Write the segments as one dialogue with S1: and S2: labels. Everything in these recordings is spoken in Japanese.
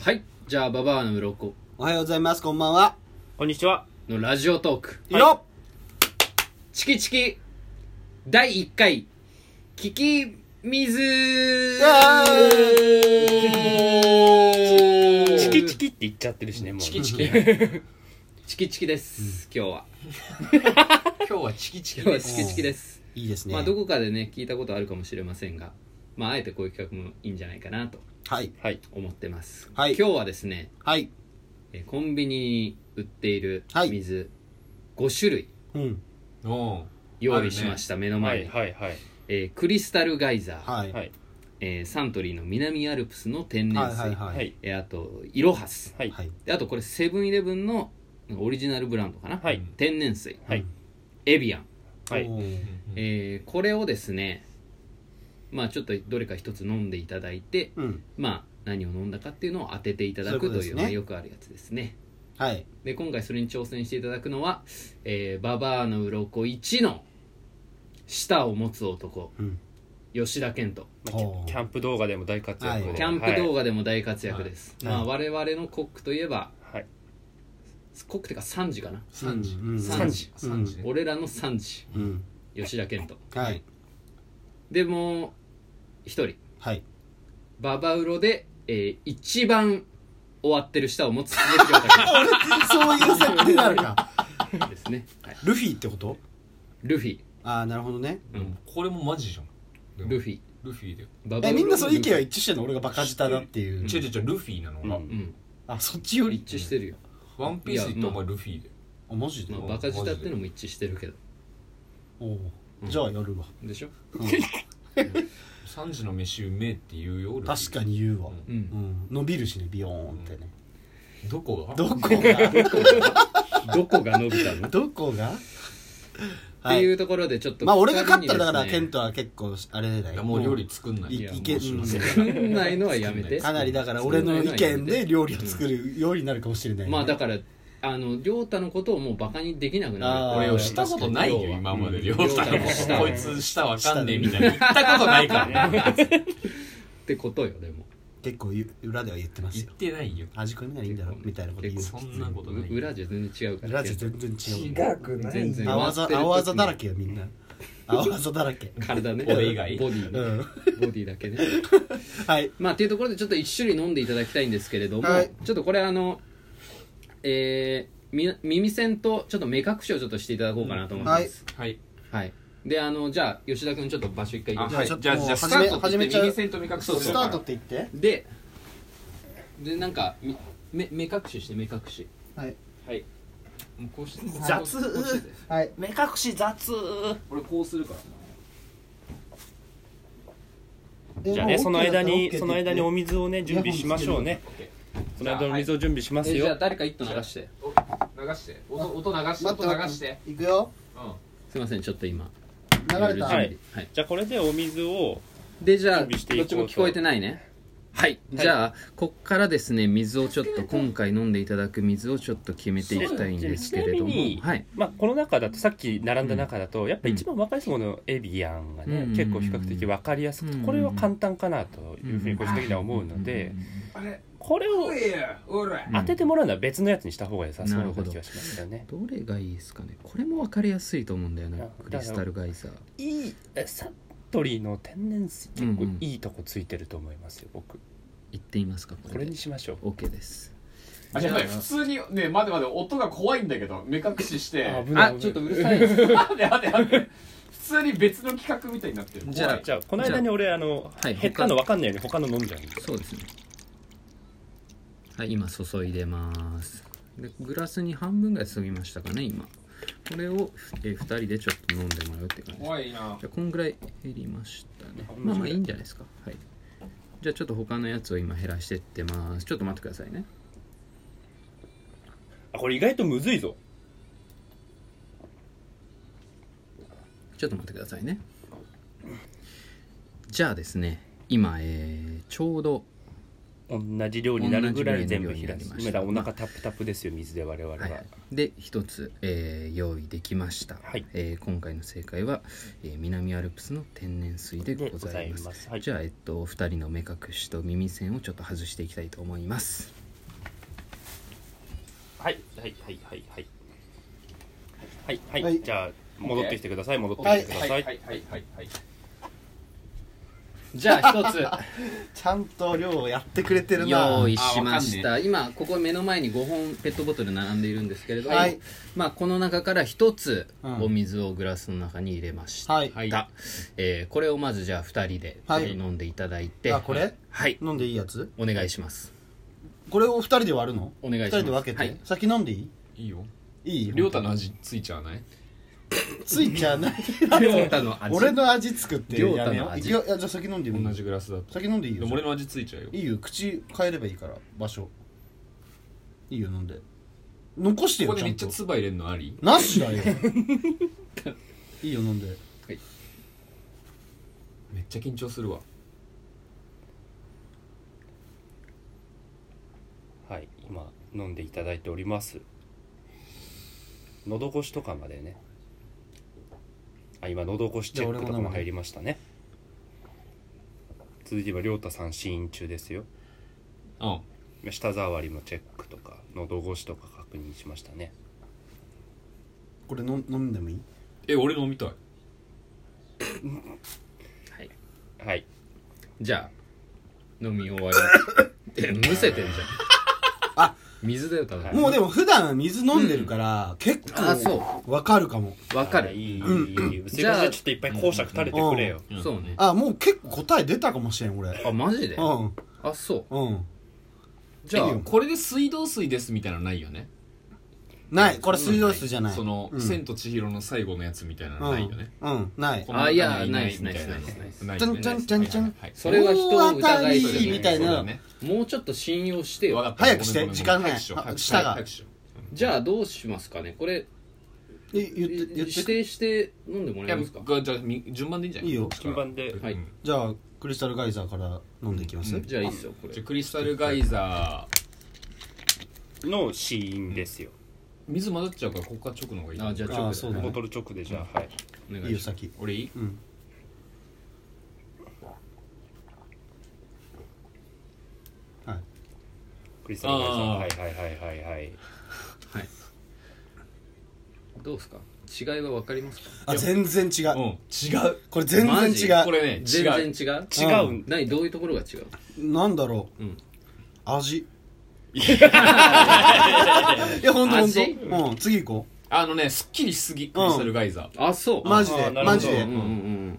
S1: はいじゃあババアの鱗
S2: おはようございます、こんばんは。
S3: こんにちは。
S1: のラジオトーク
S2: いよ
S1: チキチキ第1回聞き水
S3: チキ
S1: キ
S3: チキって言っちゃってるしね、もう。
S4: チキチキ
S1: チキチキです、今日は
S4: 今日はチキチキ
S1: 今日は
S4: で
S1: チ
S4: す
S1: キチキです、
S2: いいですね。
S1: まあどこかでね聞いたことあるかもしれませんがまああえてこういう企画もいいんじゃないかなと
S2: はい。
S3: はい。
S1: 思ってます、
S2: はい
S1: 今日はですね
S2: はい。
S1: えーコンビニに売っている
S2: はい
S1: 水5種類
S2: うん。
S4: おう
S1: 用意しました、目の
S3: は
S1: 前に、
S3: い、はい、はい。
S1: えークリスタルガイザー、
S2: はい。
S3: はい。
S1: えーサントリーの南アルプスの天然
S2: はい
S1: 水、
S2: はい
S3: は
S2: はい。
S3: い。
S1: えーあとイロハス
S3: はい。
S2: はい。
S1: であとこれセブンイレブンのオリジナルブランドかな、
S3: はい
S1: 天然水、
S3: はい
S1: エビアン、
S3: はい
S2: おー
S4: え
S1: えーこれをですねまあちょっとどれか一つ飲んでいただいて
S2: うん。
S1: まあ何を飲んだかっていうのを当てていただく
S2: そういうことと
S1: い
S2: で
S1: う
S2: すね
S1: まあよくあるやつですね
S2: はい。
S1: で今回それに挑戦していただくのは、えー、ババアの鱗一の舌を持つ男
S2: うん。
S1: 吉田健人
S3: まあキ
S2: お
S3: ャ
S2: ー
S3: キャンプ動画でも大活躍
S2: は
S3: で。
S2: い
S1: キャンプ動画でも大活躍です、
S2: はい
S1: まあ、我々のコックといえば
S3: はい。
S1: コックってか3時かな
S4: 3時
S2: うん
S1: 3
S3: 時
S4: 3時ね
S1: 俺らの3時
S2: うん。
S1: 吉田健人
S2: はい。
S1: でもう一人
S2: はい。
S1: ババウロで、えー一番終わってる舌を持つ鈴木亮太
S2: そういう設定なのか。
S1: 君ですね、はい、
S2: ルフィってこと
S1: ルフィ
S2: ああ、なるほどね。
S1: うん
S4: これもマジじゃんでも
S1: ルフィ
S4: ルフィで
S1: バ
S2: え、みんなその意見は
S1: ルフ
S2: 一致してんの俺がバカ舌だっていう。
S4: 違う違う違うルフィなのが
S3: うん
S1: ィうん
S2: あ、そっちより。
S1: 一致してるよ、
S4: ワンピースで言ったらお前ルフィで
S2: あ、マジで
S1: まあ、
S4: うん
S1: バカ舌ってのも一致してるけど
S2: おおー。じゃあやるわ。
S1: でしょ
S4: 3時の飯うめえって言うよルフィ
S2: 確かに言うわ。
S1: う
S2: うんん。伸びるしね、ビヨーンってね。
S4: どこが
S2: どこが
S1: どこが伸 びたの、
S2: どこ が
S1: っていうところでちょっと
S2: まあ俺が勝ったらだから
S1: 二人
S2: ケ
S1: に
S2: ントは結構あれだ
S4: いや
S2: よ
S4: もう料理作んない
S2: い
S4: や
S2: いけ
S4: もうしません
S2: うん
S1: ですね作んないのはやめて
S2: かなりだから俺の意見で料理を作るようになるかもしれないね、
S1: まあだからあの亮太のことをもうバカにできなくな
S2: あー
S1: る
S4: 俺をしたことないよ
S1: 要は
S4: 今まで
S1: うん
S4: りょうさん
S1: りょうさんも
S4: こいつ舌わかんねえみたいな言ったことないからね
S1: ってことよでも
S2: 結構ゆ裏では言ってます
S4: 言っ
S2: よ
S4: てないよ
S2: 端っこにならいいんだろみたいなこと言う
S1: 結
S4: そんなことない
S1: 裏じゃ全然違うから
S2: 裏じゃ全然違う
S4: く
S1: 全然
S2: 青技青技だら
S1: け
S2: けよみんな青技だらけ
S1: 体ね
S4: 俺以外
S1: ボディね
S2: うん
S1: ボディだけね
S2: はい
S1: まあっていうところでちょっと一種類飲んでいただきたいんですけれども、
S2: はい
S1: ちょっとこれあのえーみ耳栓とちょっと目隠しをちょっとしていただこうかなと思います、
S4: はい
S1: はい、であのじゃあ吉田君ちょっと場所一回行き
S2: は
S1: ま
S2: い
S1: し
S2: ち
S1: ょ
S2: ょ
S1: う
S2: っと
S4: じゃあ、じゃあ、
S2: もう
S4: ス
S2: 始
S4: タ
S2: め
S4: ートって
S2: 始
S4: 言
S2: め
S4: っ
S2: ち
S4: て
S2: ゃう
S4: 右線と味覚装置
S2: スタートって言って
S1: ででなんかみ目目隠しして目隠し
S2: はい
S1: はいもうこうして
S3: 雑
S1: こうしてて
S2: はい
S3: 目隠し雑
S1: 俺こうするから
S3: じゃあね、その間に、その間にお
S2: み
S3: 水をね、準備しましょうね。その間の水を準備します
S1: えじゃあ
S3: よ。
S1: 誰か一頭流して
S4: 流して音音流し
S2: 待っ
S4: て
S2: て
S4: 音流
S2: 待っ
S4: して
S2: ていくよ
S1: すいませんちょっと今
S2: 流れた
S1: は
S3: はいい、
S1: はい、
S3: じゃあ、これでお水を、
S1: でじゃあ
S3: 準備してい
S1: どっ
S3: こう
S1: ち
S3: と
S1: も聞こえてないねはい、じゃあこっからですね水をちょっと今回飲んでいただく水をちょっと決めていきたいんですけれども
S3: ちなみに
S1: はい
S3: まあ、この中だと、さっき並んだ中だと、やっぱ一番わかりやすいもの、エビアンが
S1: う
S3: ね
S1: ん、
S3: 結構比較的わかりやすく
S1: うん
S3: て、これは簡単かなというふうに個人的には思うので、これを
S4: おら
S3: 当ててもらうのは別のやつにした方が良さそう
S1: なる
S3: な
S1: ほど
S3: 気がしますよね。
S1: どれがいいですかねこれも分かりやすいと思うんだよ
S3: あだ
S1: な
S3: から
S1: クリスタルガイザー
S3: いいえサントリーの天然水結構いいとこついてると思いますよ僕
S1: いってみますかこ
S3: こ
S1: れ
S3: れ
S1: で
S3: にしましょう
S1: OK です
S4: あ、やばい、普通に、ね、待て待て、音が怖いんだけど、目隠しして、
S3: あ危ない
S1: あち
S3: 危
S1: ょ
S3: な
S1: っとう
S3: い
S1: るさいです
S4: 待て待て待て、普通に別の企画みたいになってる。
S1: じゃあ
S3: じゃあこの間に俺あの
S1: はい
S3: 減ったの分かんないように他の飲んじゃうんで
S1: そうですねはい今注いでますでグラスに半分ぐらい注ぎましたかね今これを、えー、2人でちょっと飲んでもらうって感じです
S4: 怖いな
S1: じゃあこんぐらい減りましたねまあまあいいんじゃないですかはいじゃあちょっと他のやつを今減らしてってますちょっと待ってくださいね
S3: あこれ意外とむずいぞ
S1: ちょっと待ってくださいねじゃあですね今、えーちょうど
S3: 同じ量になるぐらい全部冷や
S1: 同じぐ
S3: す
S1: らいの量になりました
S3: 今だお腹タップタップですよ水で我々は、
S1: はいはい、で一つ、えー用意できました、
S3: はい
S1: えー今回の正解は、えー南アルプスの天然水でございます
S3: でございますはい
S1: じゃあ、えっと、お二人の目隠しと耳栓をちょっと外していきたいと思います
S3: はいはいはいはいはいはいはい、
S2: はい
S3: じゃあ戻ってきてください戻って
S4: は
S3: き
S4: い
S3: てくださ
S4: はい
S3: い、
S4: はいはいはいはい
S1: じゃあ一つ
S2: ちゃんと量をやってくれてるな
S1: 用意しまし
S4: あ
S1: た、今ここ目の前に5本ペットボトル並んでいるんですけれども、
S2: はい
S1: まあ、この中から一つ
S2: うん
S1: お水をグラスの中に入れました、
S2: はい
S1: えーこれをまずじゃあ二人で、
S2: はい
S1: えー飲んでいただいて
S2: あこれ
S1: はい
S2: 飲んでいいやつ
S1: お願いします
S2: これを二人で割るの
S1: お願いします
S2: 二人で分けて、
S1: はい
S2: 先飲んでいい
S4: いいよ
S2: いい
S4: りょうたの味ついちゃわない
S2: ついちゃない
S1: り ょうたの味
S2: 俺の味作って
S1: りょう
S2: や
S1: た
S2: めよ
S1: の
S2: うい
S1: 味
S2: やいやじゃあ先飲んでいい
S4: 同じグラスだと
S2: 先飲んでいい
S4: で
S2: よ
S4: も俺の味ついちゃうよ
S2: いいよ口変えればいいから場所いいよ飲んで残して
S4: ここ
S2: よち
S4: で
S2: ゃ
S4: め
S2: ん
S4: っち
S2: と
S4: ゃ唾入れんのあり
S2: なしだよいいよ飲んで
S4: めっちゃ緊張するわ
S3: はい、今飲んでいただいております喉越しとかまでねあ今喉越しチェックとかも入りましたね続いては亮太さん試飲中ですよ
S4: うん
S3: 舌触りのチェックとか喉越しとか確認しましたね
S2: これ飲ん飲んでもいい
S4: え俺飲みたい
S1: はい
S3: はい
S1: じゃあ飲み終わ りえむせてんじゃん
S2: あ
S1: 水だよ多分
S2: もうでも普段水飲んでるから、結
S1: あそ
S2: 構わかるかも
S1: わか
S3: あ
S1: る
S3: いいいいいいじ
S1: じゃ
S3: ゃ
S1: あ
S3: あちょっといっぱい講釈垂れてくれよ
S4: うん
S1: そうね
S2: あもう結構答え出たかもしれん俺
S1: あマジで
S2: うん
S1: あそう
S2: うん
S4: じゃ
S2: いい
S4: あ
S2: よ
S4: これで水道水ですみたいなのないよね
S2: ないこれ水道水じゃない
S4: その「
S2: うん
S4: 千と千尋」の最後のやつみたいなのないよね、
S2: うんない
S4: この中
S1: あいや
S4: に
S1: ないっす
S4: みたな
S1: ないっすないっす
S4: ない
S2: ちゃ
S4: よ
S2: ん
S4: ね
S2: ちゃんちゃんちゃん
S4: はいはい
S1: それは人を疑い
S2: 大
S1: す
S2: 当たり
S1: る
S2: みたいな
S4: そうだね
S1: もうちょっと信用して
S4: わか
S1: よ
S4: った
S2: 早くして
S4: ごめんごめん
S2: 時間ない
S4: 早くしよう
S2: あ
S4: 早くしよ
S2: 舌
S4: う
S2: が
S4: 早くしよ
S1: じゃあどうしますかねこれ
S2: え言って言っ
S1: 指
S2: て
S1: 定して飲んでも
S4: うい
S1: ら
S4: や
S1: えますか
S4: がじゃあみ順番でいいんじゃない
S2: いいよ
S4: 順
S3: 順
S4: 番
S3: 番で
S1: はい
S4: うん
S2: じゃあクリスタルガイザーから飲んでいきます、
S4: うん
S1: じゃあいいっすよこれ
S4: じゃあクリスタルガイザー
S3: の試飲ですよ
S4: 水混ざっちゃうからここから直の方がいい
S1: あじゃあ
S2: あ
S1: 直
S2: そ
S1: で
S2: うだね
S3: ボトル直でじゃあはい
S1: お願
S2: いい
S1: い
S2: よ
S1: しま
S2: 先
S4: 俺いい
S2: うんはい
S3: クリスタルガイザー
S4: あー
S3: はいはいはいはいはい
S1: すはいどうですか違いは分かりますか
S2: あ全然違
S4: う
S2: うん
S4: 違う
S2: これ全然
S1: マジ
S2: 違
S4: こ
S2: う
S4: れね違う
S1: 全然違う
S3: 違
S2: うん
S3: うん
S1: 何どういうところが違う
S2: なんだろう、
S1: うん
S2: 味いやほんとほんと
S1: 味
S2: うん次行こ
S4: あのねすっきりしすぎクリスタルガイザ
S1: あそう
S2: う
S1: あ
S2: マジ
S3: あ
S2: で
S3: ーなるほど
S2: マジ
S1: うん
S2: で、
S1: うんうん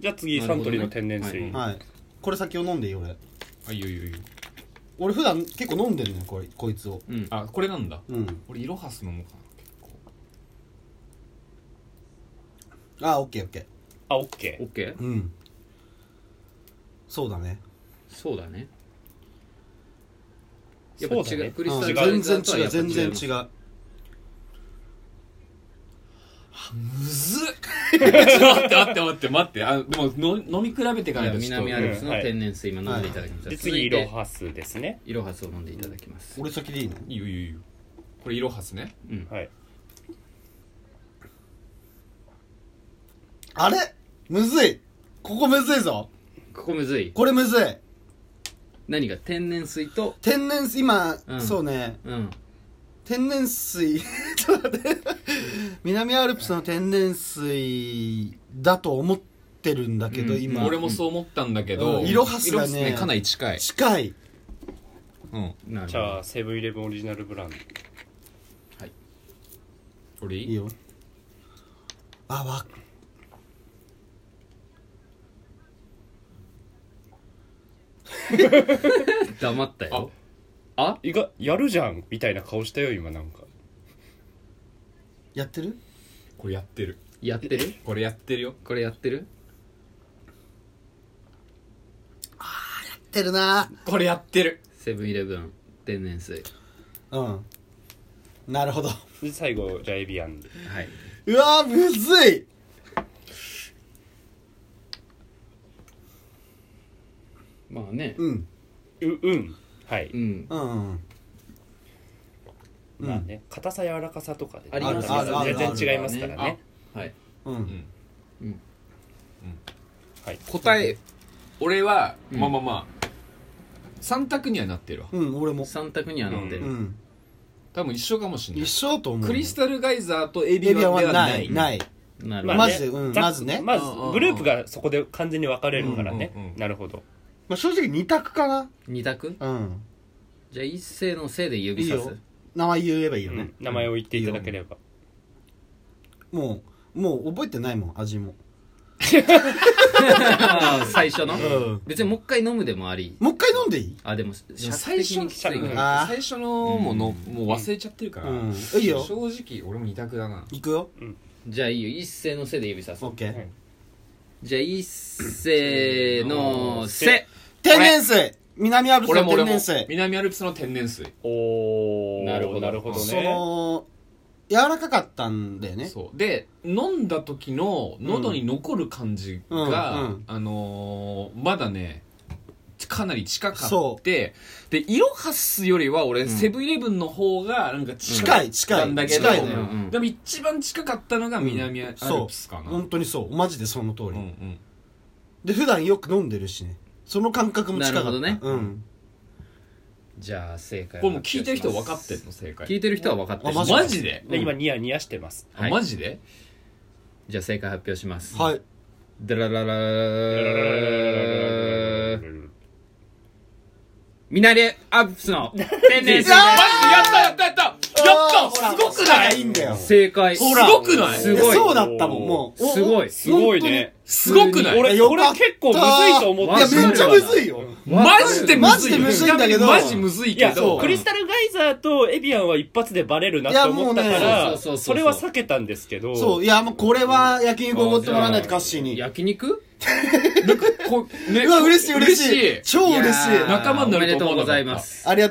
S3: じゃあ次サントリーの天然水、
S1: なるほどね
S2: はいこれ先を飲んでいい俺
S4: ーあいいよいいよいいよ
S2: 俺普段結構飲んでるのよこれこいつを
S1: うんうん
S4: あこれなんだ
S2: うん
S4: 俺イロハス飲もうかな結構
S2: あオッケーオッケ
S3: あオッケ
S1: オッケー
S2: ーうんそうだね
S1: そうだね
S3: ー
S1: やっぱ
S3: そ
S1: 違
S3: うだ
S1: う
S3: ね
S1: クリ
S2: う
S1: ス
S2: ん
S1: タルガイ
S2: 全
S1: ザ
S2: 然
S1: ーとは
S2: 違
S1: や
S2: う
S1: っぱ違
S2: 全然
S1: う
S2: 違う
S4: むずっちょっと待って待って待って待ってあでもの飲み比べていかないとちょっと
S1: 南アルプスの天然水今飲んでいただきまし
S3: ー
S1: た
S3: で
S1: 続
S3: 次
S1: い
S3: イロ
S1: て
S3: ハスですね
S1: イロハスを飲んでいただきます
S2: 俺先でいいの
S4: いいよいいよいいよこれイロハスね
S1: うん
S3: はい
S2: あれむずいここむずいぞ
S1: ここむずい
S2: これむずい
S1: 何が天然水と
S2: 天然水今、
S1: うん
S2: そうね
S1: うん
S2: 天然水 ちょっと待って南アルプスの天然水だと思ってるんだけど、
S1: うん
S2: 今
S4: 俺もそう思ったんだけ
S2: う
S4: ど
S2: んイロハスがね
S4: イロかなり近い
S2: 近い
S4: うん
S1: なるほ
S3: じゃあセブンイレブンオリジナルブランド
S4: 俺
S2: い
S4: い
S2: い
S4: い
S2: よあわ
S1: ど黙ったよあ
S3: 意外やるじゃんみたいな顔したよ今なんか
S2: やってる
S4: これやってる
S1: やってる
S4: これやってるよ
S1: これやってる
S2: やってるな
S4: これやってる
S1: セブンイレブン天然水
S2: うんなるほど
S3: で最後じゃあエビアンで
S1: はいう
S2: わーむずい
S1: まあね
S2: うん
S3: ううんはい、
S1: うん
S2: うん
S3: まあね硬さ柔らかさとかで、
S1: あり
S2: ます
S3: また
S2: あるある
S3: 全然違いますから
S1: ある
S3: ね
S4: はい、
S2: うん、う、
S4: うんん
S1: うん
S3: はい
S4: 答え俺は、
S1: うん
S4: まあまあまあ三択にはなってるわ
S2: うん、俺も、
S1: 三択にはなって
S2: う
S1: る
S2: ん、
S4: 多分一緒かもしれない
S2: 一緒と思う
S4: クリスタルガイザーとエビ
S2: エビア
S4: ワン
S2: は
S4: で
S2: な
S4: はないい
S2: ない
S1: なる
S3: ま
S1: ほど
S3: あ
S2: まずうん
S3: ざっ
S2: まずね
S3: まず
S4: うんうんうん
S3: グループがそこで完全に分かれるからね、
S4: うんうんうん
S3: なるほど
S2: まあ、正直二択かな
S1: 二択
S2: うん
S1: じゃあ一斉のせいで指さ
S2: いい
S1: す
S2: よ名前言えばいいよ
S3: う
S2: ね、
S3: ん名前を言っていただければ
S2: もうもう覚えてないもん味も
S1: あー最初の
S2: うん
S1: 別にもう一回飲むでもあり
S2: もう一回飲んでいい
S1: あでも
S4: でも最初
S1: にきつい
S3: うん
S1: な
S2: あー
S4: 最初のもの、もう忘れちゃってるから、
S2: うんいい
S4: 正
S2: よ
S4: 直俺も二択だない
S2: くよ
S1: じゃあいいよ一斉のせいで指さす
S2: オッケー、
S3: はい
S1: じゃあ一斉のせ
S2: 天然水南アルプスの天然水
S4: 南アルプスの天然水、
S3: おー
S1: なるほど
S3: なるほどね
S2: その柔らかかったんだよね
S4: そうで飲んだ時の喉に残る感じが、
S2: うんうん
S4: あのーまだねかなり近かってでイロハスよりは俺、
S1: ん
S4: セブンイレブンの方がなんか
S2: 近
S4: 近
S2: い近い
S4: なんだけど
S2: 近いの
S1: う
S2: よ、
S1: ん
S4: でも一番近かったのが南アルプスかな、
S2: 本当にそうマジでその通り、
S4: うんうん
S2: で普段よく飲んでるしねその感覚も近かった
S1: なるほどね
S2: うん
S1: じゃあ正解
S4: これもう聞いてる人分かってんの正
S1: 聞
S4: 解
S1: いてる人は分かってる
S2: あマ
S4: マ
S2: ジ
S4: ジ
S2: か
S4: で、
S3: で今ニヤニヤしてます
S4: あマジで
S1: じゃあ正解発表します
S2: はい
S1: ダラララーミナリアップスの天然水
S4: マジでやったやったやったや
S2: あーほ
S4: ったす
S2: ら
S4: ごくない
S2: いいんだよす
S1: 正解
S4: ほらすごくない
S1: すごい
S2: そうだったもんもうお
S1: すごい
S3: すごいね
S4: すごくない
S3: 俺
S2: よ
S3: これ
S2: かった
S3: 結構むずいと思って
S2: いや
S3: た
S1: わかる
S2: めっちゃむずいよ
S4: マジでむずい
S2: マジで
S4: よ
S2: むずいんだけど
S4: マジむずい
S3: い
S4: け
S3: や
S4: ど
S3: クリスタルガイザーとエビアンは一発でバレるなって思ったか
S2: い
S1: も
S2: や
S1: うね
S3: ら
S1: そうそうそうそう
S3: それは避けたんですけど
S2: そういやもうこれは焼肉おごってもらわないとカッシーに
S1: 焼肉
S4: こね
S2: うわ嬉しい嬉しい超嬉しい
S1: やー
S4: 仲間になると思わなかった
S1: おめでとうございます
S2: ありがとう